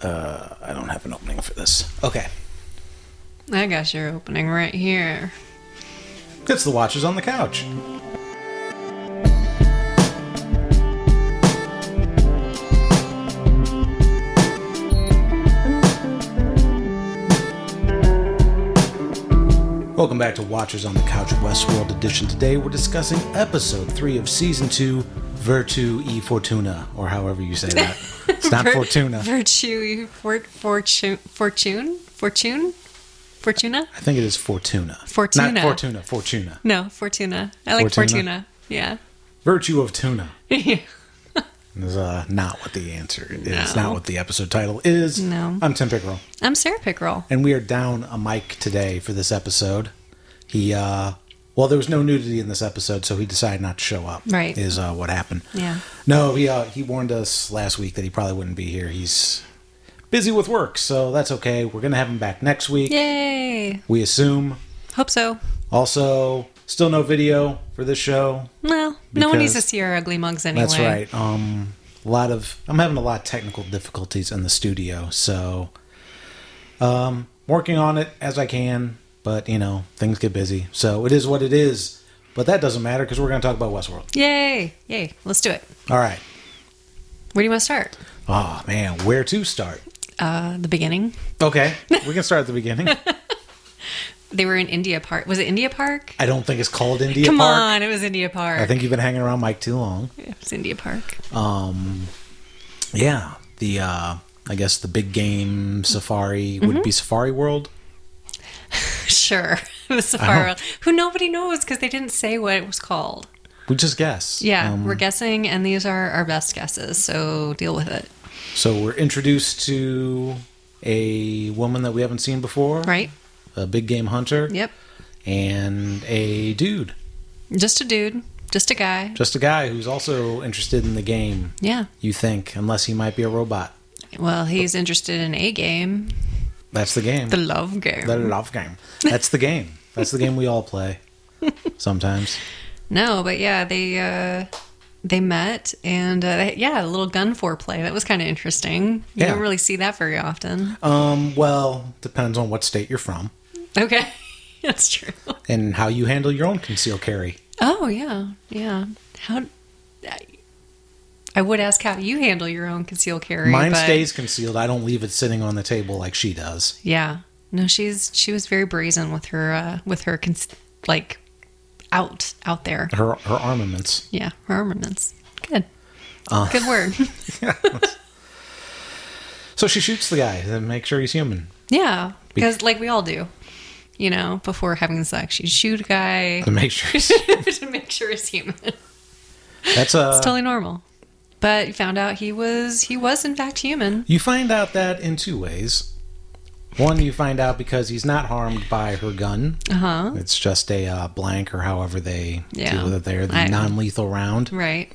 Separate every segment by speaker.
Speaker 1: Uh, I don't have an opening for this.
Speaker 2: Okay.
Speaker 3: I got your opening right here.
Speaker 2: It's the Watchers on the Couch. Welcome back to Watchers on the Couch Westworld Edition. Today we're discussing episode 3 of season 2, Virtu e Fortuna, or however you say that. It's not
Speaker 3: Vir-
Speaker 2: Fortuna.
Speaker 3: Virtue, fort, fortune, fortune, fortune, fortuna.
Speaker 2: I think it is Fortuna.
Speaker 3: Fortuna.
Speaker 2: Not Fortuna, Fortuna.
Speaker 3: No, fortuna. I like
Speaker 2: Fortuna?
Speaker 3: fortuna. Yeah.
Speaker 2: Virtue of Tuna
Speaker 3: yeah.
Speaker 2: is uh, not what the answer is,
Speaker 3: No.
Speaker 2: not what the episode title is.
Speaker 3: No.
Speaker 2: I'm Tim Pickerel,
Speaker 3: I'm Sarah Pickerel.
Speaker 2: and we are down a mic today for this episode. He, uh, well, there was no nudity in this episode, so he decided not to show up.
Speaker 3: Right.
Speaker 2: Is uh, what happened.
Speaker 3: Yeah.
Speaker 2: No, he, uh, he warned us last week that he probably wouldn't be here. He's busy with work, so that's okay. We're going to have him back next week,
Speaker 3: Yay.
Speaker 2: we assume.
Speaker 3: Hope so.
Speaker 2: Also, still no video for this show.
Speaker 3: Well, no one needs to
Speaker 2: Because-
Speaker 3: see our ugly mugs anyway.
Speaker 2: That's right. Um, a lot of I'm having a lot of technical difficulties in the studio, so um, working on it as I can. But you know, things get busy, so it is what it is. But that doesn't matter because we're going to talk about Westworld.
Speaker 3: Yay. Yay. Let's do it.
Speaker 2: All right.
Speaker 3: Where do you want to start?
Speaker 2: Oh man, where to start?
Speaker 3: Uh, the beginning.
Speaker 2: Okay, we can start at the beginning.
Speaker 3: They were in India Park. Was it India Park?
Speaker 2: I don't think it's called India
Speaker 3: Come
Speaker 2: Park.
Speaker 3: on, it was India Park.
Speaker 2: I think you've been hanging around Mike too long.
Speaker 3: it was India Park.
Speaker 2: Um, yeah, the uh, I guess the big game safari would
Speaker 3: Mm-hmm.
Speaker 2: it be Safari World.
Speaker 3: Sure. The Safari, World, who nobody knows because they didn't say what it was called.
Speaker 2: We just guess. Um,
Speaker 3: Yeah, we're guessing, and these are our best guesses, so deal with it.
Speaker 2: So we're introduced to a woman that we haven't seen before,
Speaker 3: Right?
Speaker 2: A big game hunter,
Speaker 3: Yep.
Speaker 2: and a dude,
Speaker 3: Just a dude, just a guy.
Speaker 2: just a guy who's also interested in the game.
Speaker 3: Yeah.
Speaker 2: You think, unless he might be a robot.
Speaker 3: Well, he's interested in a game,
Speaker 2: That's the game.
Speaker 3: the love game.
Speaker 2: the love game. That's the game. That's the game we all play sometimes.
Speaker 3: no, but yeah, they uh, they met, and uh, they, yeah, a little gun foreplay. That was kind of interesting. You
Speaker 2: Yeah.
Speaker 3: don't really see that very often.
Speaker 2: Um, well, depends on what state you're from
Speaker 3: Okay, that's true.
Speaker 2: and how you handle your own concealed carry.
Speaker 3: Oh yeah, yeah. How? I, I would ask how you handle your own concealed carry.
Speaker 2: Mine
Speaker 3: but-
Speaker 2: stays concealed. I don't leave it sitting on the table like she does.
Speaker 3: Yeah. No, she's she was very brazen with her uh with her cons- like out out there.
Speaker 2: Her her armaments.
Speaker 3: Yeah, her armaments. Good. Good word.
Speaker 2: So she shoots the guy to make sure he's human.
Speaker 3: yeah, because like we all do, you know, before having sex, you shoot a guy
Speaker 2: to make sure.
Speaker 3: to make sure he's human. It's
Speaker 2: That's a.
Speaker 3: totally normal. But you found out he was he was in fact human.
Speaker 2: you find out that in two ways. One, you find out because he's not harmed by her gun.
Speaker 3: Uh huh.
Speaker 2: It's just a uh, blank or however they
Speaker 3: Yeah.
Speaker 2: do that there, the
Speaker 3: I-
Speaker 2: non-lethal round.
Speaker 3: Right.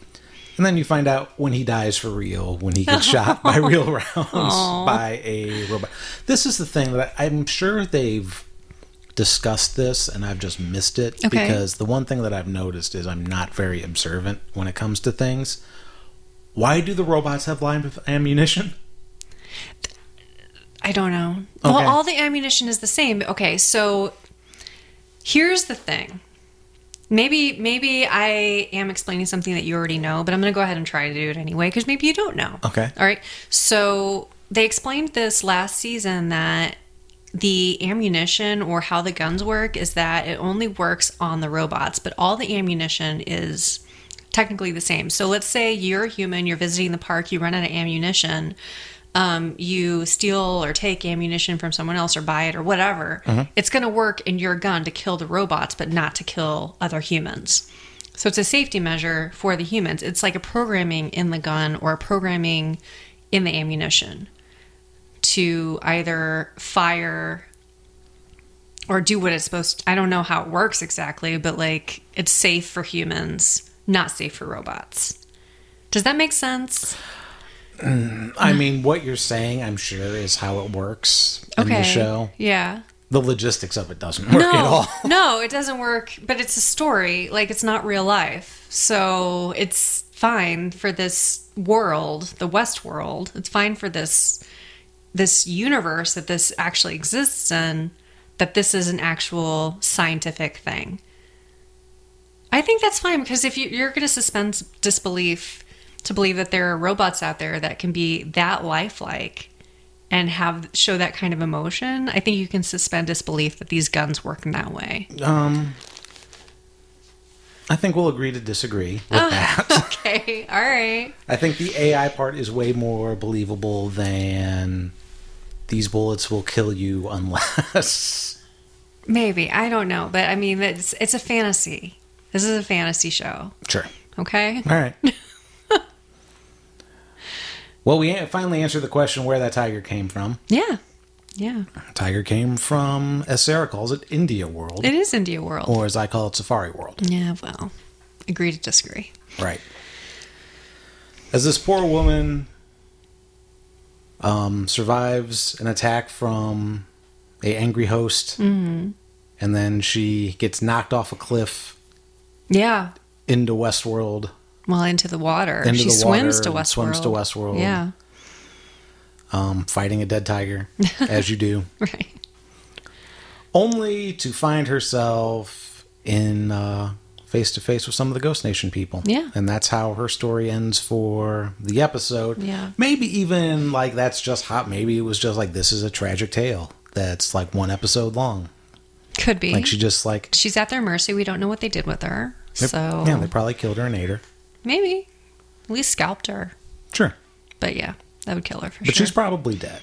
Speaker 2: And then you find out when he dies for real, when he gets shot by real rounds by a robot. This is the thing that I, I'm sure they've discussed this and I've just missed it
Speaker 3: Okay.
Speaker 2: because the one thing that I've noticed is I'm not very observant when it comes to things. Why do the robots have live ammunition?
Speaker 3: I don't know.
Speaker 2: Okay.
Speaker 3: Well, all the ammunition is the same. Okay, so here's the thing. Maybe maybe I am explaining something that you already know, but I'm going to go ahead and try to do it anyway because maybe you don't know.
Speaker 2: Okay.
Speaker 3: All right. So they explained this last season that the ammunition or how the guns work is that it only works on the robots, but all the ammunition is technically the same. So let's say you're a human, you're visiting the park, you run out of ammunition, um, you steal or take ammunition from someone else or buy it or whatever. It's going to work in your gun to kill the robots, but not to kill other humans. So it's a safety measure for the humans. It's like a programming in the gun or a programming in the ammunition to either fire or do what it's supposed to. I don't know how it works exactly, but like it's safe for humans, not safe for robots. Does that make sense?
Speaker 2: I mean, what you're saying, I'm sure, is how it works in the show.
Speaker 3: Yeah.
Speaker 2: The logistics of it doesn't work at all.
Speaker 3: no, it doesn't work, but it's a story. Like, it's not real life. So it's fine for this world, the West world. It's fine for this this universe that this actually exists in that this is an actual scientific thing. I think that's fine because if you, you're going to suspend disbelief to believe that there are robots out there that can be that lifelike and have show that kind of emotion, I think you can suspend disbelief that these guns work in that way.
Speaker 2: Um, I think we'll agree to disagree with that.
Speaker 3: Okay, all right.
Speaker 2: I think the AI part is way more believable than these bullets will kill you unless.
Speaker 3: Maybe I don't know, but I mean it's it's a fantasy. This is a fantasy show,
Speaker 2: sure.
Speaker 3: okay?
Speaker 2: All right. well, we an- finally answered the question where that tiger came from.
Speaker 3: Yeah, yeah.
Speaker 2: Tiger came from, as Sarah calls it, India World,
Speaker 3: It is India World.
Speaker 2: or as I call it, Safari World.
Speaker 3: Yeah, well, agree to disagree.
Speaker 2: Right. As this poor woman um, survives an attack from a angry host, and then she gets knocked off a cliff
Speaker 3: Yeah,
Speaker 2: into Westworld.
Speaker 3: well, into the water.
Speaker 2: Into
Speaker 3: she
Speaker 2: the
Speaker 3: swims
Speaker 2: water
Speaker 3: to
Speaker 2: and
Speaker 3: Westworld.
Speaker 2: swims to Westworld.
Speaker 3: Yeah,
Speaker 2: um, fighting a dead tiger, as you do,
Speaker 3: right.
Speaker 2: only to find herself in face to face with some of the Ghost Nation people.
Speaker 3: Yeah.
Speaker 2: and that's how her story ends for the episode.
Speaker 3: Yeah.
Speaker 2: maybe even like that's just hot. Maybe it was just like this is a tragic tale that's like one episode long.
Speaker 3: Could be.
Speaker 2: Like she just like
Speaker 3: She's at their mercy. We don't know what they did with her. So
Speaker 2: yeah, they probably killed her and ate her.
Speaker 3: maybe at least scalped her.
Speaker 2: Sure,
Speaker 3: But yeah, that would kill her for
Speaker 2: but
Speaker 3: sure.
Speaker 2: she's probably dead,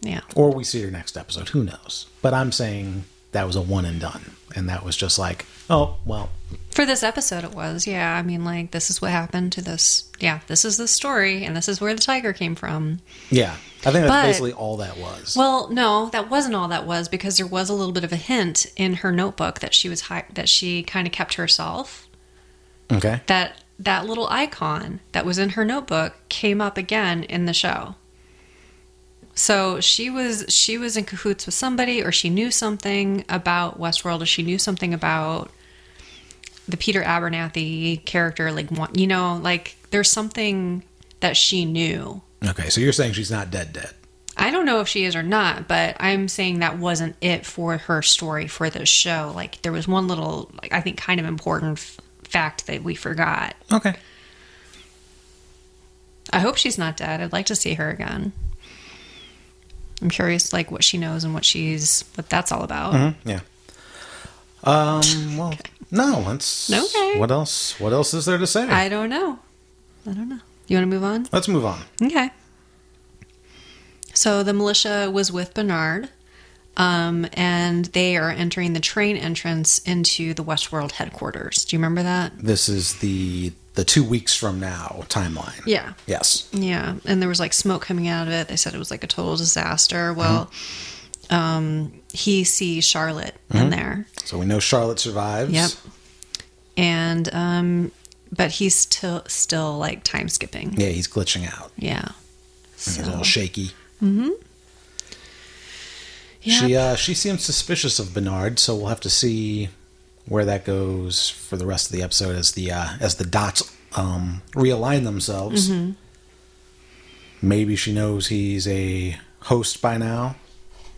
Speaker 3: yeah.
Speaker 2: or we see her next episode. Who knows? But I'm saying that was a one and done, and that was just like oh well.
Speaker 3: For this episode, it was. Yeah. I mean, like, this is what happened to this. Yeah. This is the story, and this is where the tiger came from.
Speaker 2: Yeah, I think that's
Speaker 3: But-
Speaker 2: basically all that was.
Speaker 3: Well, no, that wasn't all that was because there was a little bit of a hint in her notebook that she was hi- that she kind of kept herself.
Speaker 2: Okay.
Speaker 3: That that little icon that was in her notebook came up again in the show. So she was she was in cahoots with somebody, or she knew something about Westworld, or she knew something about the Peter Abernathy character. Like one- you know, like there's something that she knew.
Speaker 2: Okay, so you're saying she's not dead dead.
Speaker 3: I don't know if she is or not, but I'm saying that wasn't it for her story for this show. Like there was one little, like I think, kind of important f- fact that we forgot.
Speaker 2: Okay.
Speaker 3: I hope she's not dead. I'd like to see her again. I'm curious, like what she knows and what she's what that's all about.
Speaker 2: Yeah. Um, well, no, that's
Speaker 3: Okay.
Speaker 2: What else? What else is there to say?
Speaker 3: I don't know. I don't know. You want to move on?
Speaker 2: Let's move on.
Speaker 3: Okay. So the militia was with Bernard, um, and they are entering the train entrance into the Westworld headquarters. Do you remember that?
Speaker 2: This is the the 2 weeks from now timeline.
Speaker 3: Yeah.
Speaker 2: Yes.
Speaker 3: Yeah, and there was like smoke coming out of it. They said it was like a total disaster. Well, um, he sees Charlotte in there,
Speaker 2: So we know Charlotte survives.
Speaker 3: Yep. and um, but he's still still like time skipping.
Speaker 2: Yeah, he's glitching out.
Speaker 3: Yeah,
Speaker 2: He's
Speaker 3: So-
Speaker 2: all shaky.
Speaker 3: Yep.
Speaker 2: She uh she seems suspicious of Bernard, so we'll have to see where that goes for the rest of the episode as the uh as the dots um realign themselves. Maybe she knows he's a host by now,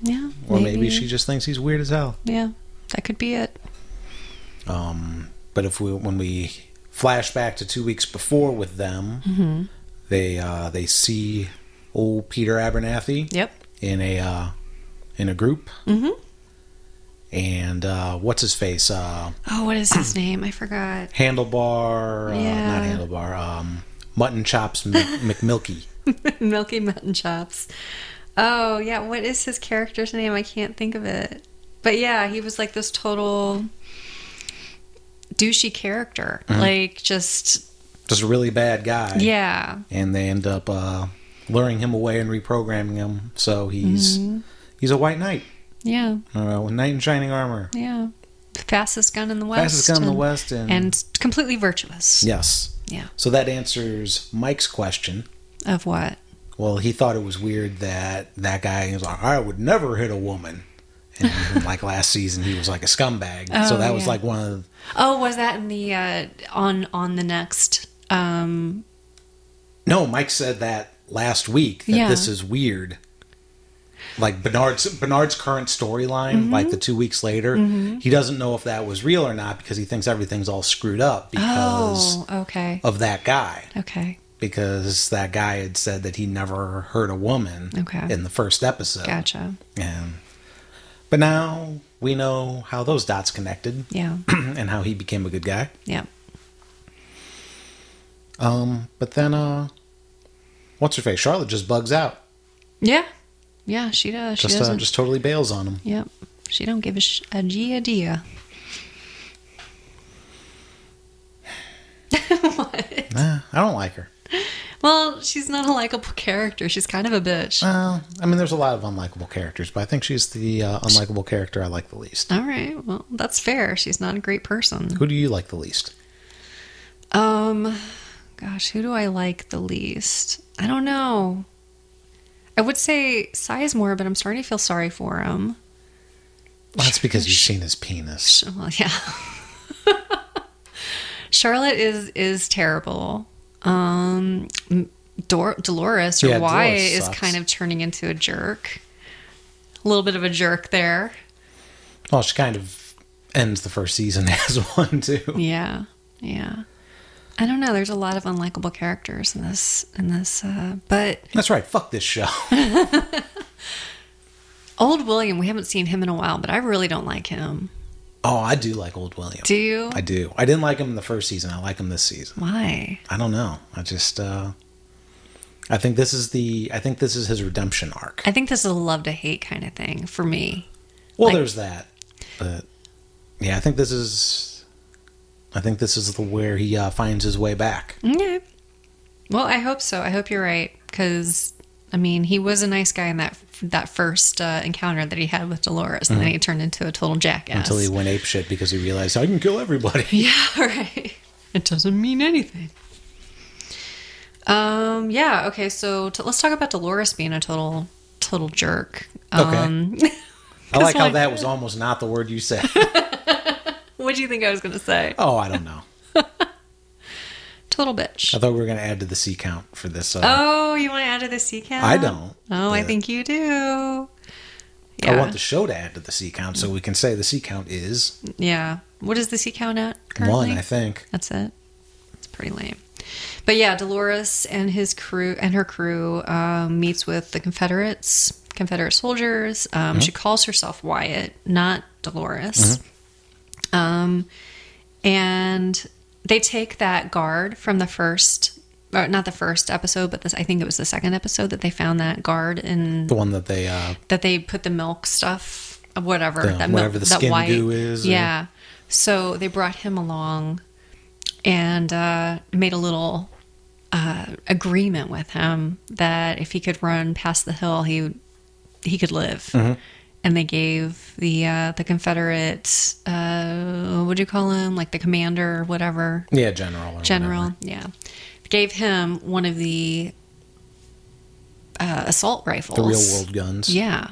Speaker 3: yeah,
Speaker 2: or maybe. she just thinks he's weird as hell.
Speaker 3: yeah, that could be it.
Speaker 2: Um but if we when we flash back to 2 weeks before with them, they uh they see old Peter Abernathy.
Speaker 3: Yep.
Speaker 2: in a uh, in a group. Mm-hmm. And uh, what's his face? Uh,
Speaker 3: Oh, what is his name? I forgot.
Speaker 2: handlebar,
Speaker 3: Yeah.
Speaker 2: uh, not handlebar. Um, mutton chops Mc- McMilky.
Speaker 3: Milky Mutton Chops. Oh yeah, what is his character's name? I can't think of it. But yeah, he was like this total douchey character.
Speaker 2: Mm-hmm.
Speaker 3: Like just
Speaker 2: Just a really bad guy.
Speaker 3: yeah,
Speaker 2: And they end up uh, luring him away and reprogramming him, so he's
Speaker 3: Mm-hmm.
Speaker 2: he's a white knight,
Speaker 3: yeah,
Speaker 2: uh, with knight in shining armor,
Speaker 3: yeah. Fastest gun in the west.
Speaker 2: fastest gun in the
Speaker 3: and-
Speaker 2: west, and,
Speaker 3: And completely virtuous.
Speaker 2: yes.
Speaker 3: Yeah.
Speaker 2: So that answers Mike's question.
Speaker 3: Of what?
Speaker 2: Well, he thought it was weird that that guy was like, I would never hit a woman. And like last season, he was like a scumbag. so
Speaker 3: Oh,
Speaker 2: that was
Speaker 3: yeah.
Speaker 2: like one of
Speaker 3: Oh, was that in the uh, on on the next? Um,
Speaker 2: no. Mike said that last week that
Speaker 3: Yeah.
Speaker 2: this is weird like Bernard's Bernard's current storyline,
Speaker 3: Mm-hmm.
Speaker 2: like the two weeks later, he doesn't know if that was real or not because he thinks everything's all screwed up because
Speaker 3: Oh, okay.
Speaker 2: of that guy.
Speaker 3: Okay.
Speaker 2: Because that guy had said that he never hurt a woman
Speaker 3: Okay.
Speaker 2: in the first episode.
Speaker 3: Gotcha.
Speaker 2: And but now we know how those dots connected
Speaker 3: Yeah.
Speaker 2: and how he became a good guy.
Speaker 3: Yeah.
Speaker 2: Um, but then uh what's her face? Charlotte just bugs out.
Speaker 3: Yeah. Yeah, she does. She
Speaker 2: Just uh,
Speaker 3: doesn't.
Speaker 2: just totally bails on him.
Speaker 3: Yep. She don't give a, sh- a G a dia.
Speaker 2: Nah, I don't like her.
Speaker 3: Well, she's not a likable character. She's kind of a bitch.
Speaker 2: Well, I mean, there's a lot of unlikable characters, but I think she's the uh, unlikable character I like the least.
Speaker 3: All right. Well, that's fair. She's not a great person.
Speaker 2: Who do you like the least?
Speaker 3: Um, gosh, who do I like the least? I don't know. I would say Sizemore, but I'm starting to feel sorry for him.
Speaker 2: Well, that's because you've seen his penis.
Speaker 3: Well, yeah. Charlotte is is terrible. Um, Dor- Dolores or
Speaker 2: Yeah,
Speaker 3: Y
Speaker 2: Dolores
Speaker 3: is
Speaker 2: sucks.
Speaker 3: kind of turning into a jerk. A little bit of a jerk there.
Speaker 2: Well, she kind of ends the first season as one too.
Speaker 3: Yeah, yeah. I don't know. There's a lot of unlikable characters in this in this, uh, but
Speaker 2: That's right. Fuck this show.
Speaker 3: Old William, we haven't seen him in a while, but I really don't like him.
Speaker 2: Oh, I do like Old William.
Speaker 3: Do you?
Speaker 2: I do. I didn't like him in the first season. I like him this season.
Speaker 3: Why?
Speaker 2: I don't know. I just. uh I think this is the. I think this is his redemption arc.
Speaker 3: I think this is a love to hate kind of thing for me.
Speaker 2: Well,
Speaker 3: Like-
Speaker 2: there's that, but yeah, I think this is. I think this is the where he uh, finds his way back.
Speaker 3: Okay. Well, I hope so. I hope you're right because I mean, he was a nice guy in that that first uh, encounter that he had with Dolores, and then he turned into a total jackass.
Speaker 2: Mm-hmm. until he went ape shit because he realized I can kill everybody.
Speaker 3: Yeah, right. It doesn't mean anything. Um. Yeah. Okay. So t- let's talk about Dolores being a total total jerk.
Speaker 2: Okay.
Speaker 3: Um,
Speaker 2: I like how
Speaker 3: why-
Speaker 2: that was almost not the word you said.
Speaker 3: What do you think I was gonna say?
Speaker 2: Oh, I don't know.
Speaker 3: Total bitch.
Speaker 2: I thought we were going to add to the C count for this. Uh,
Speaker 3: Oh, you want to add to the C count?
Speaker 2: I don't.
Speaker 3: Oh, I
Speaker 2: but
Speaker 3: think you do.
Speaker 2: I
Speaker 3: Oh, Yeah.
Speaker 2: want the show to add to the C count so we can say the C count is
Speaker 3: yeah. What is the C count at currently?
Speaker 2: one. I think.
Speaker 3: That's it. It's pretty lame. But yeah, Dolores and his crew and her crew um, meets with the Confederates, Confederate soldiers.
Speaker 2: Mm-hmm.
Speaker 3: Um, She calls herself Wyatt, not Dolores.
Speaker 2: Mm-hmm.
Speaker 3: Um, and they take that guard from the first, or not the first episode, but this I think it was the second episode that they found that guard in
Speaker 2: The one that they. Uh,
Speaker 3: that they put the milk stuff, whatever
Speaker 2: The-
Speaker 3: that
Speaker 2: whatever
Speaker 3: milk,
Speaker 2: the
Speaker 3: that
Speaker 2: skin
Speaker 3: white,
Speaker 2: goo is, or-
Speaker 3: Yeah. So they brought him along and uh, made a little uh, agreement with him that if he could run past the hill, he would- he could live.
Speaker 2: Mm-hmm.
Speaker 3: And they gave the uh, the Confederate, uh, what do you call him, like the commander, or whatever,
Speaker 2: yeah, general. Or
Speaker 3: general.
Speaker 2: whatever.
Speaker 3: Yeah, gave him one of the uh, assault rifles.
Speaker 2: The real world guns.
Speaker 3: Yeah.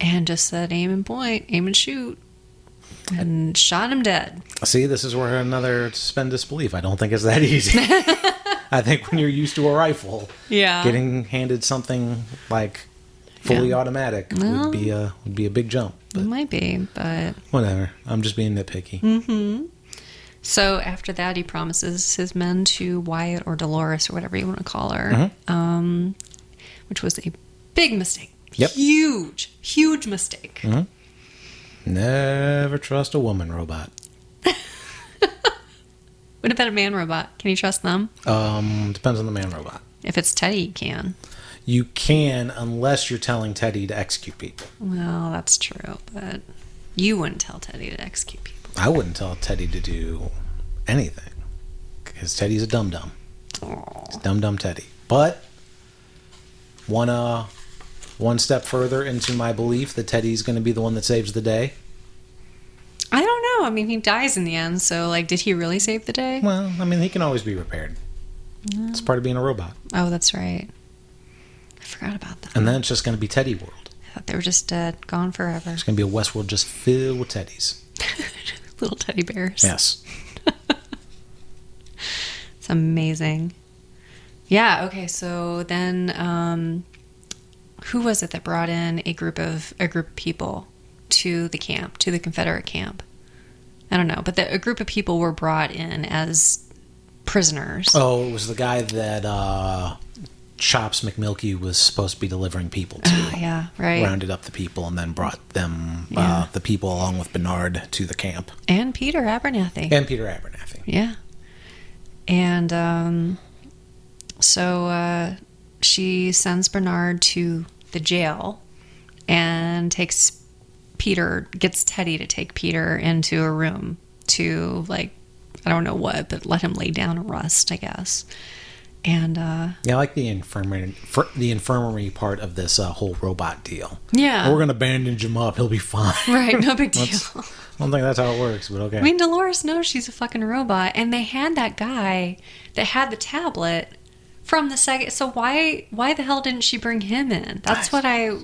Speaker 3: And just said aim and point, aim and shoot. And shot him dead.
Speaker 2: See, this is where another suspend disbelief. I don't think it's that easy. I think when you're used to a rifle,
Speaker 3: Yeah.
Speaker 2: getting handed something like fully
Speaker 3: Uh. Yeah.
Speaker 2: automatic
Speaker 3: Well-
Speaker 2: would be a would be a big jump.
Speaker 3: it might be, but
Speaker 2: Whatever. I'm just being nitpicky.
Speaker 3: so after that he promises his men to Wyatt or Dolores or whatever you want to call her.
Speaker 2: Mm-hmm.
Speaker 3: Um which was a big mistake.
Speaker 2: Yep. Mm-hmm.
Speaker 3: Huge, huge mistake.
Speaker 2: Never trust a woman robot.
Speaker 3: What about a man robot? Can you trust them?
Speaker 2: Um, depends on the man robot.
Speaker 3: If it's Teddy, you can.
Speaker 2: You can, unless you're telling Teddy to execute people.
Speaker 3: Well, that's true, but you wouldn't tell Teddy to execute people.
Speaker 2: I wouldn't tell Teddy to do anything because Teddy's a dum dum,
Speaker 3: Aw.
Speaker 2: dum dum Teddy. But one uh, one step further into my belief that Teddy's going to be the one that saves the day.
Speaker 3: I don't know. I mean, he dies in the end, so like, did he really save the day?
Speaker 2: Well, I mean, he can always be repaired. It's part of being a robot.
Speaker 3: Oh, that's right. I forgot about that.
Speaker 2: And then it's just going to be Teddy World.
Speaker 3: I thought they were just dead, gone forever.
Speaker 2: It's going to be a Westworld just filled with Teddies.
Speaker 3: Little teddy bears.
Speaker 2: Yes.
Speaker 3: It's amazing. Yeah, okay, so then um who was it that brought in a group of a group of people to the camp to the Confederate camp? I don't know, but the, a group of people were brought in as prisoners.
Speaker 2: Oh, it was the guy that uh, Chops McMilky was supposed to be delivering people to.
Speaker 3: yeah, Oh, right.
Speaker 2: Rounded up the people and then brought them,
Speaker 3: Yeah.
Speaker 2: uh, the people along with Bernard, to the camp.
Speaker 3: And Peter Abernathy.
Speaker 2: And Peter Abernathy.
Speaker 3: Yeah. And um, so uh, she sends Bernard to the jail and takes Peter, gets Teddy to take Peter into a room to, like, I don't know what, but let him lay down and rest, I guess. And uh,
Speaker 2: Yeah, I like the infirmary, fir- the infirmary part of this uh, whole robot deal.
Speaker 3: yeah,
Speaker 2: We're gonna bandage him up. He'll be fine.
Speaker 3: right, no big deal.
Speaker 2: Let's- I don't think that's how it works, but okay.
Speaker 3: I mean, Dolores knows she's a fucking robot, and they had that guy that had the tablet from the second. So why why the hell didn't she bring him in? That's what I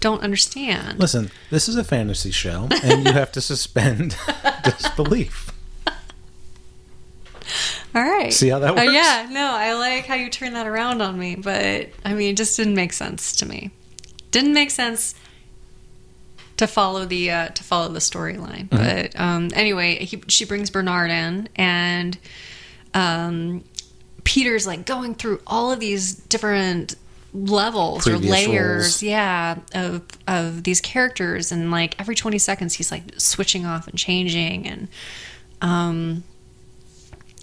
Speaker 3: don't understand.
Speaker 2: Listen, this is a fantasy show, and you have to suspend disbelief.
Speaker 3: All right,
Speaker 2: See how that
Speaker 3: Oh,
Speaker 2: works?
Speaker 3: yeah, no, I like how you turn that around on me, but I mean, it just didn't make sense to me. Didn't make sense to follow the uh, to follow the storyline.
Speaker 2: Mm-hmm.
Speaker 3: But um, anyway, he, she brings Bernard in, and um, Peter's like going through all of these different levels or
Speaker 2: Previous
Speaker 3: layers,
Speaker 2: roles.
Speaker 3: yeah, of of these characters, and like every twenty seconds, he's like switching off and changing, and um.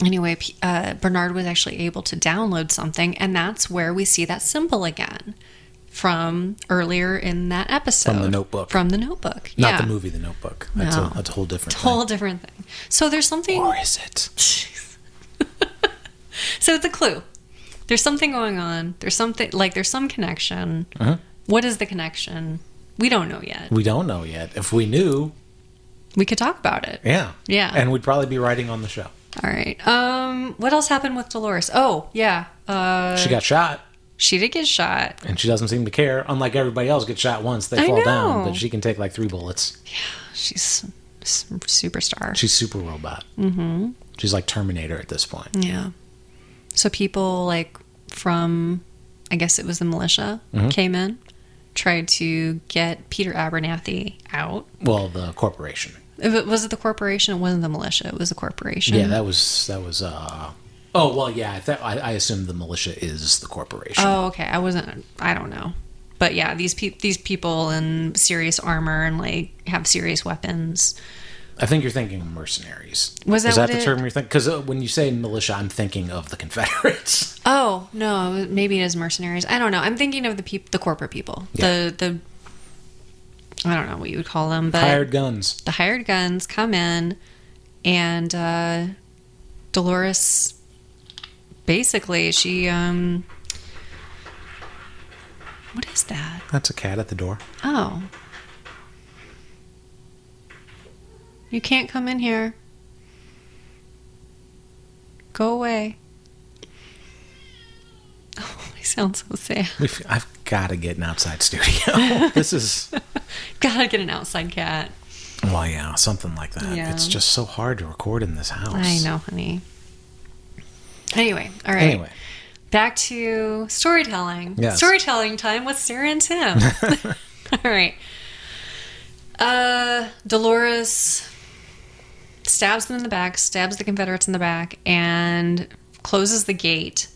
Speaker 3: Anyway, P- uh, Bernard was actually able to download something, and that's where we see that symbol again from earlier in that episode.
Speaker 2: Notebook.
Speaker 3: From the notebook.
Speaker 2: Not
Speaker 3: yeah.
Speaker 2: the movie, The Notebook. That's,
Speaker 3: No.
Speaker 2: a, that's a whole different
Speaker 3: Whole different thing. So there's something.
Speaker 2: thing. Or is it?
Speaker 3: So it's a clue. There's something going on. There's something like there's some connection.
Speaker 2: Uh-huh.
Speaker 3: What is the connection? We don't know yet.
Speaker 2: We don't know yet. If we knew,
Speaker 3: We could talk about it.
Speaker 2: yeah,
Speaker 3: Yeah.
Speaker 2: and we'd probably be writing on the show.
Speaker 3: All right. Um. What else happened with Dolores? Oh yeah. Uh.
Speaker 2: She got shot,
Speaker 3: She did get shot.
Speaker 2: and she doesn't seem to care. Unlike everybody else, gets shot once, they
Speaker 3: I
Speaker 2: fall down,
Speaker 3: know.
Speaker 2: but she can take like three bullets.
Speaker 3: She's a s- superstar.
Speaker 2: She's super robot. Mm-hmm. She's like Terminator at this point.
Speaker 3: Yeah. So people like from, I guess it was the militia, came in, tried to get Peter Abernathy out.
Speaker 2: Well, the corporation.
Speaker 3: If it- Was it the corporation? It wasn't the militia. It was the corporation.
Speaker 2: Yeah, that was that was. uh Oh well, yeah. I, th- I, I assume the militia is the corporation.
Speaker 3: oh, okay. I wasn't. I don't know. But yeah, these pe- these people in serious armor and like have serious weapons.
Speaker 2: I think you're thinking of mercenaries.
Speaker 3: Was that
Speaker 2: is that
Speaker 3: what
Speaker 2: the
Speaker 3: it-
Speaker 2: term you're thinking? Because uh, when you say militia, I'm thinking of the Confederates.
Speaker 3: Oh no, maybe it is mercenaries. I don't know. I'm thinking of the peop- the corporate people. The the I don't know what you would call them, but
Speaker 2: Hired guns.
Speaker 3: the hired guns come in and uh, dolores basically she um what is that
Speaker 2: That's a cat at the door.
Speaker 3: oh you can't come in here go away oh i sound so sad
Speaker 2: We've, I've got to get an outside studio. this is
Speaker 3: gotta get an outside cat
Speaker 2: well, yeah, something like that.
Speaker 3: Yeah.
Speaker 2: It's just so hard to record in this house.
Speaker 3: i know honey anyway all right
Speaker 2: Anyway,
Speaker 3: back to storytelling.
Speaker 2: Yes.
Speaker 3: Storytelling time with Sarah and Tim. All right. Uh, Dolores stabs them in the back, stabs the Confederates in the back, and closes the gate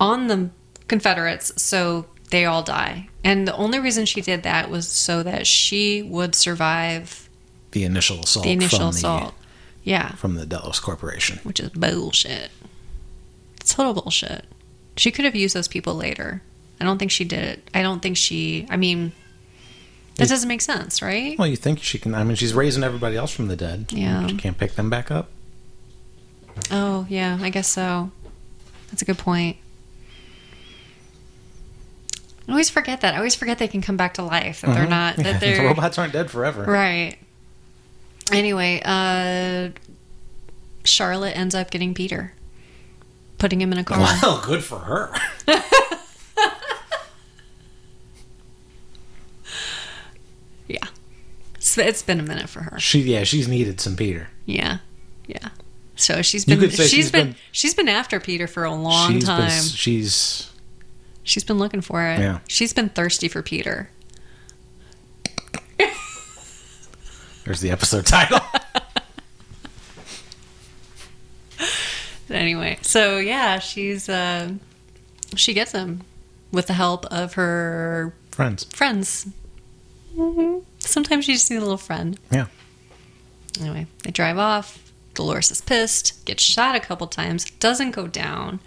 Speaker 3: on the Confederates so they all die. And the only reason she did that was so that she would survive
Speaker 2: the initial assault.
Speaker 3: the initial
Speaker 2: from
Speaker 3: assault. yeah
Speaker 2: The, from the Delos Corporation.
Speaker 3: which is bullshit. It's total bullshit. She could have used those people later. I don't think she did it. I don't think she. I mean, that doesn't make sense, right?
Speaker 2: Well, you think she can? I mean, she's raising everybody else from the dead.
Speaker 3: Yeah.
Speaker 2: She can't pick them back up.
Speaker 3: Oh yeah, I guess so. That's a good point. I always forget that. I always forget they can come back to life. That they're not. That
Speaker 2: the
Speaker 3: they're
Speaker 2: robots aren't dead forever.
Speaker 3: right. Anyway, uh, Charlotte ends up getting Peter, putting him in a car.
Speaker 2: Well, good for her.
Speaker 3: Yeah, so it's been a minute for her.
Speaker 2: She, yeah, she's needed some Peter.
Speaker 3: Yeah, yeah. So she's
Speaker 2: You
Speaker 3: been
Speaker 2: could say
Speaker 3: she's
Speaker 2: she's
Speaker 3: been,
Speaker 2: been-
Speaker 3: she's been after Peter for a long
Speaker 2: She's
Speaker 3: time.
Speaker 2: Been, she's
Speaker 3: She's been looking for it.
Speaker 2: Yeah.
Speaker 3: She's been thirsty for Peter.
Speaker 2: There's the episode title.
Speaker 3: But anyway, so yeah, she's uh, she gets him with the help of her
Speaker 2: Friends.
Speaker 3: friends. hmm Sometimes you just need a little friend.
Speaker 2: Yeah.
Speaker 3: Anyway, they drive off. Dolores is pissed, gets shot a couple times, doesn't go down.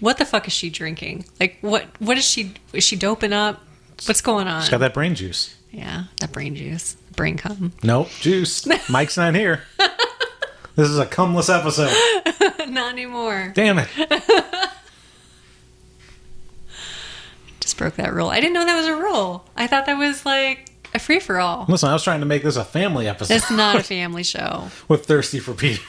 Speaker 3: What the fuck is she drinking? Like, what? What is she? Is she doping up? What's going on?
Speaker 2: It's got that brain juice.
Speaker 3: yeah, that brain juice, brain cum.
Speaker 2: Nope, juice. Mike's not here. This is a cumless episode.
Speaker 3: Not anymore.
Speaker 2: Damn it.
Speaker 3: Just broke that rule. I didn't know that was a rule. I thought that was like a free for all.
Speaker 2: Listen, I was trying to make this a family episode
Speaker 3: It's not a family show.
Speaker 2: with Thirsty for Peter.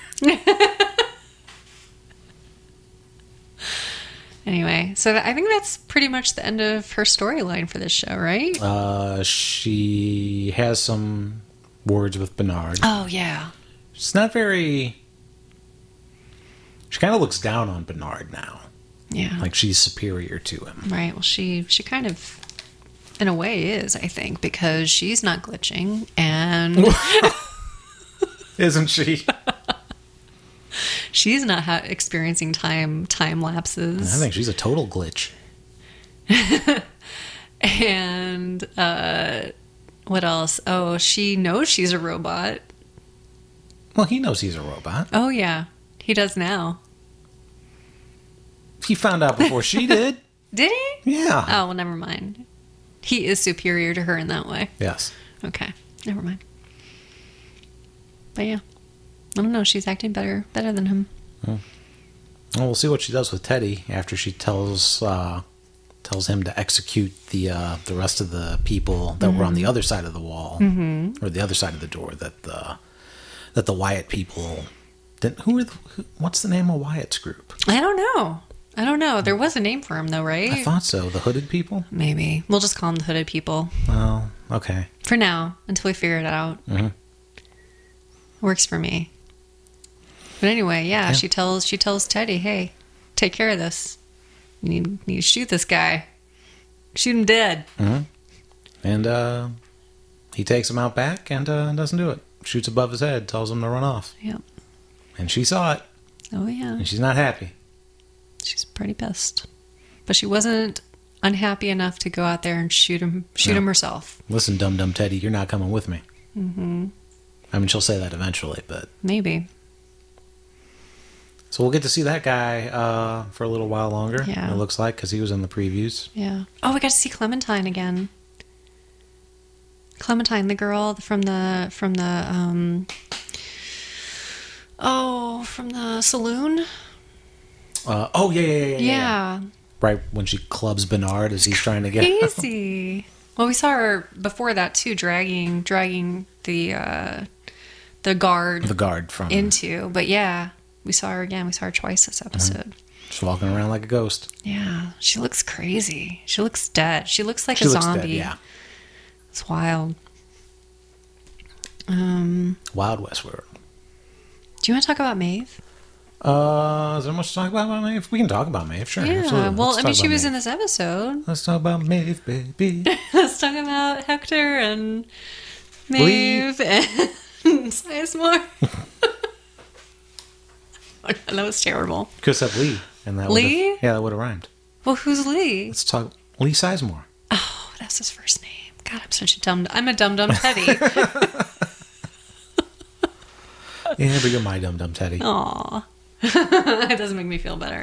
Speaker 3: Anyway, so that, I think that's pretty much the end of her storyline for this show, right?
Speaker 2: Uh, she has some words with Bernard.
Speaker 3: Oh yeah.
Speaker 2: She's not very. She kind of looks down on Bernard now.
Speaker 3: Yeah.
Speaker 2: Like she's superior to him.
Speaker 3: Right. Well, she she kind of, in a way, is I think because she's not glitching and
Speaker 2: Isn't she?
Speaker 3: she's not ha- experiencing time time
Speaker 2: I
Speaker 3: lapses.
Speaker 2: think she's a total glitch.
Speaker 3: And uh, what else? Oh, she knows she's a robot.
Speaker 2: Well, he knows he's a robot.
Speaker 3: Oh yeah, he does now.
Speaker 2: He found out before she did.
Speaker 3: Did he?
Speaker 2: Yeah.
Speaker 3: Oh well, never mind. He is superior to her in that way.
Speaker 2: Yes.
Speaker 3: Okay, never mind. But yeah, I don't know. She's acting better better than him.
Speaker 2: Well, we'll see what she does with Teddy after she tells uh, tells him to execute the uh, the rest of the people that were on the other side of the wall or the other side of the door that the that the Wyatt people didn't. Who are the, who, what's the name of Wyatt's group?
Speaker 3: I don't know. I don't know. There was a name for him though, right?
Speaker 2: I thought so. The hooded people.
Speaker 3: Maybe. We'll just call them the hooded people
Speaker 2: Well, okay.
Speaker 3: for now until we figure it out. Works for me. But anyway, yeah, she tells she tells Teddy, "Hey, take care of this. You need need to shoot this guy. Shoot him dead."
Speaker 2: And uh, he takes him out back and uh, doesn't do it. Shoots above his head. Tells him to run off.
Speaker 3: Yep.
Speaker 2: And she saw it.
Speaker 3: Oh yeah.
Speaker 2: And she's not happy.
Speaker 3: She's pretty pissed. But she wasn't unhappy enough to go out there and shoot him shoot
Speaker 2: No.
Speaker 3: him herself.
Speaker 2: Listen, dum dum Teddy, you're not coming with me. Mm-hmm. I mean, she'll say that eventually, but
Speaker 3: Maybe.
Speaker 2: so we'll get to see that guy uh, for a little while longer.
Speaker 3: Yeah.
Speaker 2: it looks like because he was in the previews.
Speaker 3: Yeah. Oh, we got to see Clementine again. Clementine, the girl from the from the um Oh, from the saloon?
Speaker 2: Uh, oh yeah yeah, yeah, yeah, yeah.
Speaker 3: Yeah.
Speaker 2: Right when she clubs Bernard as he's trying to get.
Speaker 3: Easy. Well, we saw her before that too dragging dragging the uh the guard
Speaker 2: The guard from
Speaker 3: into. But yeah, we saw her again. We saw her twice this episode.
Speaker 2: just walking around like a ghost.
Speaker 3: Yeah. She looks crazy. She looks dead. She looks like
Speaker 2: She
Speaker 3: a
Speaker 2: looks
Speaker 3: zombie.
Speaker 2: dead. Yeah,
Speaker 3: It's wild. Um,
Speaker 2: Wild Westward.
Speaker 3: Do you want to talk about Maeve?
Speaker 2: Uh, is there much to talk about, about Maeve? We can talk about Maeve, sure.
Speaker 3: Yeah.
Speaker 2: absolutely.
Speaker 3: Well,
Speaker 2: Let's
Speaker 3: I
Speaker 2: talk
Speaker 3: mean, she
Speaker 2: about
Speaker 3: was
Speaker 2: Maeve.
Speaker 3: in this episode.
Speaker 2: Let's talk about Maeve, baby.
Speaker 3: Let's talk about Hector and Maeve and Sizemore. Oh, no, that was terrible.
Speaker 2: Could have said Lee, and that
Speaker 3: Lee?
Speaker 2: would've- Yeah, that would have rhymed.
Speaker 3: Well, who's Lee?
Speaker 2: Let's talk Lee Sizemore.
Speaker 3: Oh, that's his first name. God, I'm such a dumb. I'm a dum dum Teddy.
Speaker 2: Yeah, but you're my dum dum Teddy.
Speaker 3: Aw, it doesn't make me feel better.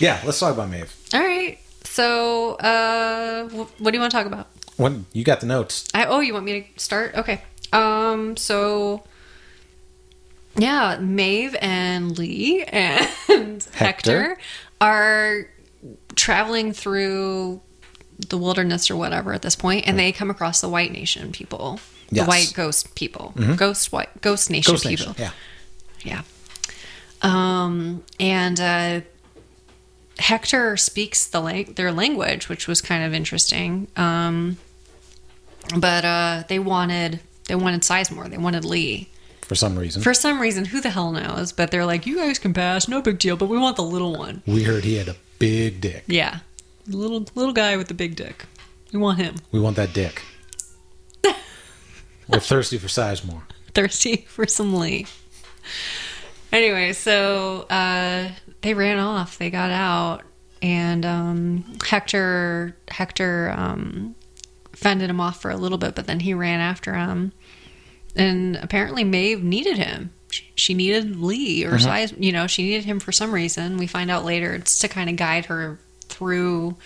Speaker 2: Yeah, let's talk about Maeve.
Speaker 3: All right. So, uh, wh- what do you want to talk about?
Speaker 2: When you got the notes,
Speaker 3: I oh, you want me to start? Okay. Um. So. Yeah, Maeve and Lee and Hector,
Speaker 2: Hector.
Speaker 3: are traveling through the wilderness or whatever at this point, and they come across the White Nation people,
Speaker 2: Yes. Mm-hmm.
Speaker 3: the White Ghost people, Ghost White Ghost Nation
Speaker 2: Ghost
Speaker 3: people.
Speaker 2: Nation. Yeah,
Speaker 3: Yeah. Um, and uh, Hector speaks the lang- their language, which was kind of interesting. Um, but uh, they wanted they wanted Sizemore. They wanted Lee.
Speaker 2: for some reason.
Speaker 3: For some reason, who the hell knows? But they're like, you guys can pass, no big deal, but we want the little one.
Speaker 2: we heard he had a big dick.
Speaker 3: Yeah. Little little guy with the big dick. We want him.
Speaker 2: We want that dick. We're thirsty for Sizemore.
Speaker 3: Thirsty for some Lee. Anyway, so uh, they ran off. They got out, and um, Hector Hector um, fended him off for a little bit, but then he ran after him. And apparently, Maeve needed him. She- She needed Lee, or size, you know, she needed him for some reason. We find out later it's to kind of guide her through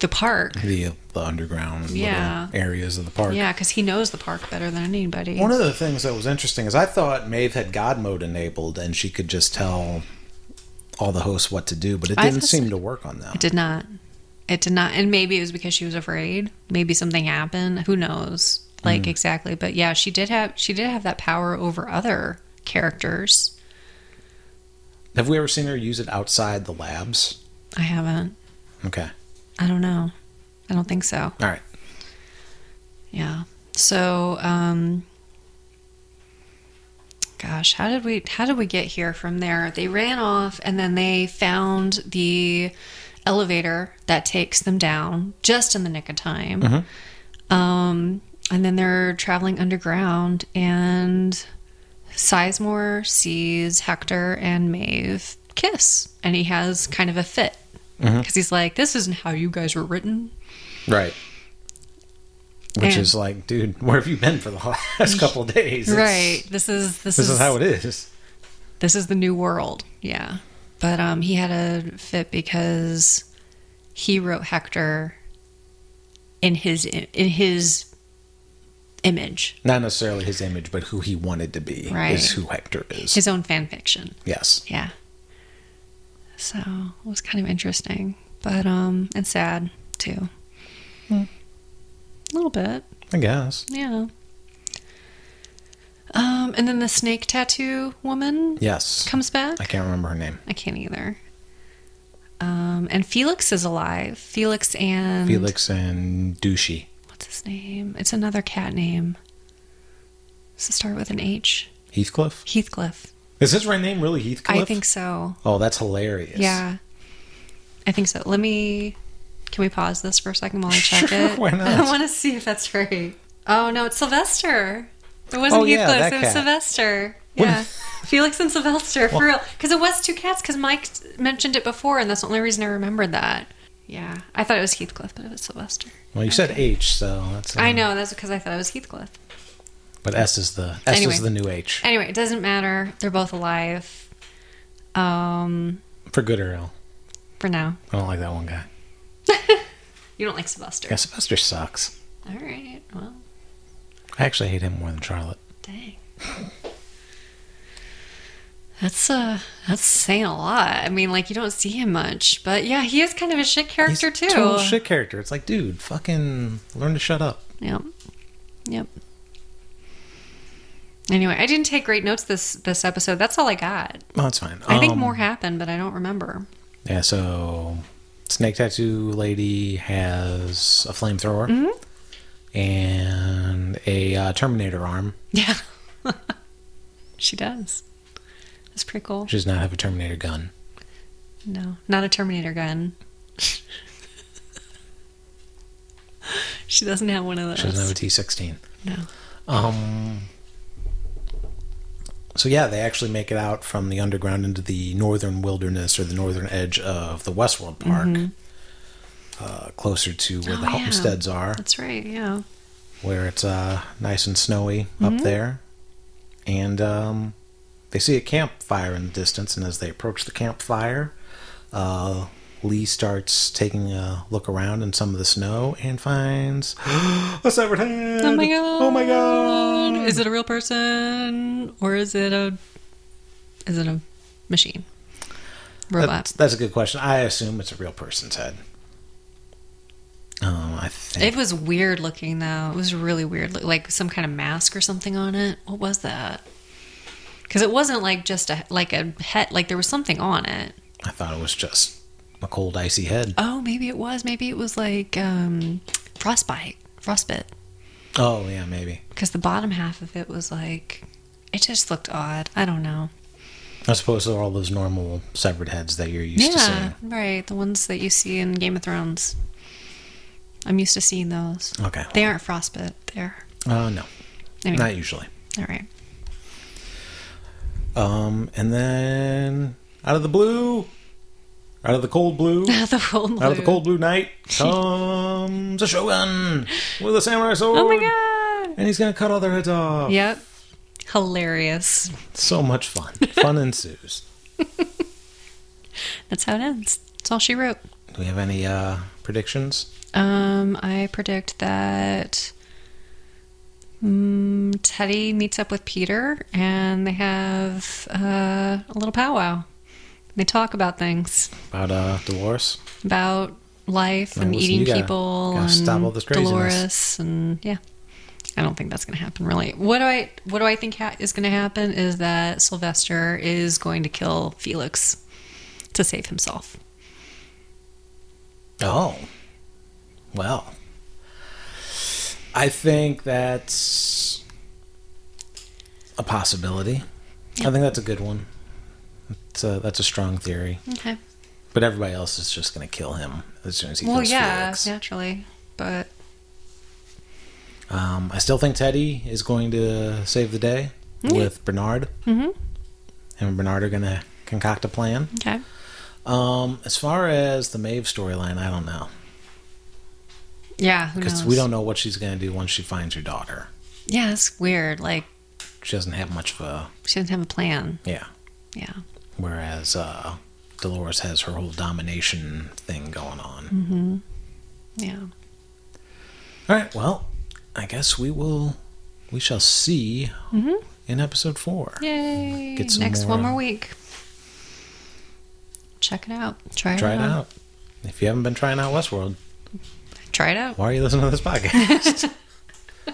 Speaker 3: the park.
Speaker 2: The the underground
Speaker 3: Yeah.
Speaker 2: little areas of the park.
Speaker 3: Yeah, because he knows the park better than anybody.
Speaker 2: One of the things that was interesting is I thought Maeve had God mode enabled and she could just tell all the hosts what to do, but it
Speaker 3: I
Speaker 2: didn't
Speaker 3: thought-
Speaker 2: seem to work on them.
Speaker 3: It did not. It did not. And maybe it was because she was afraid. Maybe something happened. Who knows? Like exactly. But yeah, she did have she did have that power over other characters.
Speaker 2: Have we ever seen her use it outside the labs?
Speaker 3: I haven't.
Speaker 2: Okay.
Speaker 3: I don't know. I don't think so.
Speaker 2: All right.
Speaker 3: Yeah. So, um gosh, how did we how did we get here from there? They ran off and then they found the elevator that takes them down just in the nick of time.
Speaker 2: Mm-hmm.
Speaker 3: Um and then they're traveling underground and Sizemore sees Hector and Maeve kiss and he has kind of a fit because
Speaker 2: Mm-hmm.
Speaker 3: he's like this isn't how you guys were written
Speaker 2: Right. Which
Speaker 3: And-
Speaker 2: is like, dude, where have you been for the last couple of days? It's-
Speaker 3: right this is this,
Speaker 2: This is how it is.
Speaker 3: this is the new world yeah but um he had a fit because he wrote hector in his in his image
Speaker 2: Not necessarily his image, but who he wanted to be
Speaker 3: Right.
Speaker 2: is who Hector is.
Speaker 3: his own fan fiction
Speaker 2: Yes.
Speaker 3: yeah so it was kind of interesting but um and sad too a little bit
Speaker 2: I guess.
Speaker 3: yeah um and then the snake tattoo woman
Speaker 2: Yes.
Speaker 3: comes back
Speaker 2: I can't remember her name.
Speaker 3: I can't either. Um, and Felix is alive. Felix and
Speaker 2: Felix and Douchey.
Speaker 3: what's his name? It's another cat name. Does it start with an H?
Speaker 2: Heathcliff?
Speaker 3: Heathcliff.
Speaker 2: Is his right name really Heathcliff?
Speaker 3: I think so.
Speaker 2: Oh, that's hilarious.
Speaker 3: Yeah, I think so. Let me. Can we pause this for a second while I check
Speaker 2: Sure,
Speaker 3: it?
Speaker 2: why not?
Speaker 3: I want to see if that's right. Oh no, it's Sylvester. It wasn't
Speaker 2: Oh, yeah,
Speaker 3: Heathcliff.
Speaker 2: that
Speaker 3: it was
Speaker 2: cat.
Speaker 3: Sylvester. Yeah. Felix and Sylvester for real, because it was two cats. Because Mike mentioned it before, and that's the only reason I remembered that. Yeah, I thought it was Heathcliff, but it was Sylvester.
Speaker 2: Well, you said H, so that's. uh,
Speaker 3: I know that's because I thought it was Heathcliff.
Speaker 2: But S is the S
Speaker 3: Anyway.
Speaker 2: is the new H
Speaker 3: Anyway, it doesn't matter. They're both alive. Um,
Speaker 2: for good or ill.
Speaker 3: for now,
Speaker 2: I don't like that one guy.
Speaker 3: you don't like Sylvester.
Speaker 2: Yeah, Sylvester sucks.
Speaker 3: All right. Well,
Speaker 2: I actually hate him more than Charlotte.
Speaker 3: Dang. That's uh that's saying a lot. I mean, like you don't see him much, but yeah, he is kind of a shit
Speaker 2: He's
Speaker 3: character
Speaker 2: a
Speaker 3: too.
Speaker 2: Total shit character. It's like, dude, fucking learn to shut up.
Speaker 3: Yep. Yep. Anyway, I didn't take great notes this this episode. That's all I got.
Speaker 2: Oh, that's fine.
Speaker 3: I think
Speaker 2: Um,
Speaker 3: more happened, but I don't remember.
Speaker 2: Yeah, so Snake Tattoo Lady has a flamethrower
Speaker 3: Mm-hmm.
Speaker 2: and a uh, Terminator arm.
Speaker 3: Yeah. she does. That's pretty cool.
Speaker 2: She does not have a Terminator gun.
Speaker 3: No, not a Terminator gun. she doesn't have one of those.
Speaker 2: She doesn't have a T sixteen.
Speaker 3: No.
Speaker 2: Um. So yeah, they actually make it out from the underground into the northern wilderness or the northern edge of the Westworld Park, uh, closer to where
Speaker 3: Mm-hmm. Oh,
Speaker 2: the
Speaker 3: yeah.
Speaker 2: homesteads are,
Speaker 3: That's right, yeah.
Speaker 2: where it's uh, nice and snowy
Speaker 3: Mm-hmm.
Speaker 2: up there, and um, they see a campfire in the distance. And as they approach the campfire, uh, Lee starts taking a look around in some of the snow and finds a severed head.
Speaker 3: Oh my god.
Speaker 2: Oh my god!
Speaker 3: Is it a real person or is it a is it a machine? Robot.
Speaker 2: That's, that's a good question. I assume it's a real person's head. Um, I think
Speaker 3: it was weird looking though. It was really weird. look- Like some kind of mask or something on it. What was that? Cuz it wasn't like just a like a head like there was something on it.
Speaker 2: I thought it was just a cold, icy head.
Speaker 3: Oh, maybe it was. Maybe it was like um frostbite. Frostbite.
Speaker 2: Oh yeah, maybe.
Speaker 3: Cuz the bottom half of it was like It just looked odd. I don't know.
Speaker 2: As opposed to all those normal severed heads that you're used to
Speaker 3: yeah,
Speaker 2: seeing.
Speaker 3: right. The ones that you see in Game of Thrones. I'm used to seeing those.
Speaker 2: Okay.
Speaker 3: They aren't frostbit. They're
Speaker 2: Uh, no,
Speaker 3: anyway.
Speaker 2: not usually.
Speaker 3: All right.
Speaker 2: Um, and then out of the blue, out of the cold blue,
Speaker 3: the cold
Speaker 2: out of the
Speaker 3: blue.
Speaker 2: cold blue night comes a shogun with a samurai sword.
Speaker 3: Oh my god.
Speaker 2: And he's gonna cut all their heads off.
Speaker 3: Yep. Hilarious.
Speaker 2: So much fun. Fun ensues.
Speaker 3: That's how it ends. That's all she wrote.
Speaker 2: Do we have any uh, predictions?
Speaker 3: Um, I predict that mm, Teddy meets up with Peter and they have uh, a little powwow. They talk about things,
Speaker 2: About uh, Dolores?
Speaker 3: about life and
Speaker 2: Listen,
Speaker 3: eating
Speaker 2: you gotta-
Speaker 3: people
Speaker 2: gotta
Speaker 3: and
Speaker 2: stop all this craziness.
Speaker 3: Dolores and yeah. I don't think that's going to happen really. What do I what do I think ha- is going to happen is that Sylvester is going to kill Felix to save himself.
Speaker 2: Oh. Well. I think that's a possibility. I think that's a good one. That's a, that's a strong theory.
Speaker 3: Okay.
Speaker 2: But everybody else is just going to kill him as soon as he
Speaker 3: Well,
Speaker 2: kills
Speaker 3: yeah,
Speaker 2: Felix.
Speaker 3: naturally. But
Speaker 2: Um, I still think Teddy is going to save the day with Bernard. Mm-hmm. Him and Bernard are going to concoct a plan.
Speaker 3: okay.
Speaker 2: Um, as far as the Maeve storyline, I don't know.
Speaker 3: Yeah, who
Speaker 2: Because
Speaker 3: knows?
Speaker 2: we don't know what she's going to do once she finds her daughter.
Speaker 3: Yeah, it's weird. Like
Speaker 2: She doesn't have much of a.
Speaker 3: she doesn't have a plan.
Speaker 2: Yeah.
Speaker 3: Yeah,
Speaker 2: Whereas uh, Dolores has her whole domination thing going on.
Speaker 3: Mm-hmm. yeah.
Speaker 2: All right. Well, I guess we will. We shall see
Speaker 3: Mm-hmm.
Speaker 2: in episode four.
Speaker 3: Yay!
Speaker 2: Get some
Speaker 3: Next one
Speaker 2: more-
Speaker 3: more week. Check it out. Try,
Speaker 2: Try it out. If you haven't been trying out Westworld,
Speaker 3: Try it out.
Speaker 2: why are you listening to this podcast?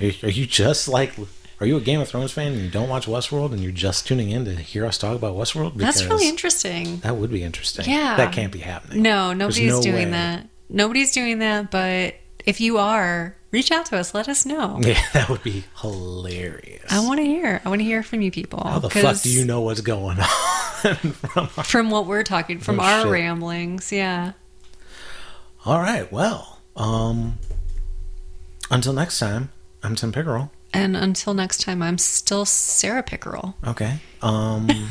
Speaker 2: are, you, are you just like. Are you a Game of Thrones fan and you don't watch Westworld and you're just tuning in to hear us talk about Westworld?
Speaker 3: That's really interesting.
Speaker 2: That would be interesting.
Speaker 3: Yeah.
Speaker 2: That can't be happening.
Speaker 3: No,
Speaker 2: There's
Speaker 3: nobody's
Speaker 2: no
Speaker 3: doing
Speaker 2: way.
Speaker 3: that. Nobody's doing that. But if you are, reach out to us. Let us know.
Speaker 2: Yeah, that would be hilarious.
Speaker 3: I want to hear. I want to hear from you people.
Speaker 2: How the fuck
Speaker 3: 'cause
Speaker 2: do you know what's going on? from our-
Speaker 3: From what we're talking, from
Speaker 2: Oh,
Speaker 3: our
Speaker 2: shit.
Speaker 3: ramblings, yeah.
Speaker 2: All right, well, um, until next time, I'm Tim Pickerel.
Speaker 3: And until next time, I'm still Sarah Pickerel.
Speaker 2: Okay. Um,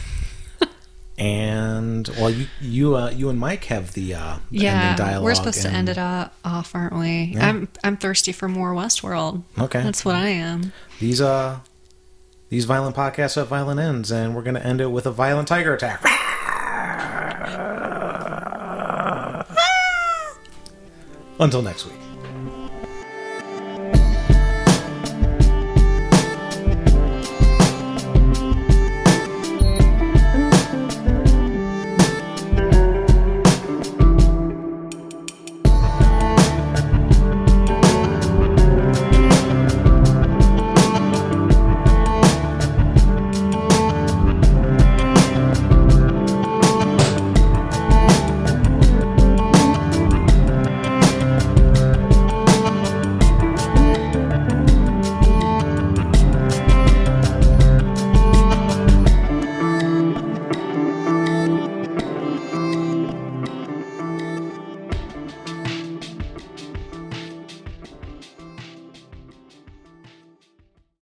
Speaker 2: and well, you you uh, you and Mike have the uh, the
Speaker 3: yeah,
Speaker 2: ending dialogue.
Speaker 3: we're supposed to
Speaker 2: and-
Speaker 3: end it up, off, aren't we? I'm I'm thirsty for more Westworld.
Speaker 2: Okay.
Speaker 3: That's what I am.
Speaker 2: These uh, these violent podcasts have violent ends, and we're gonna end it with a violent tiger attack. Until next week.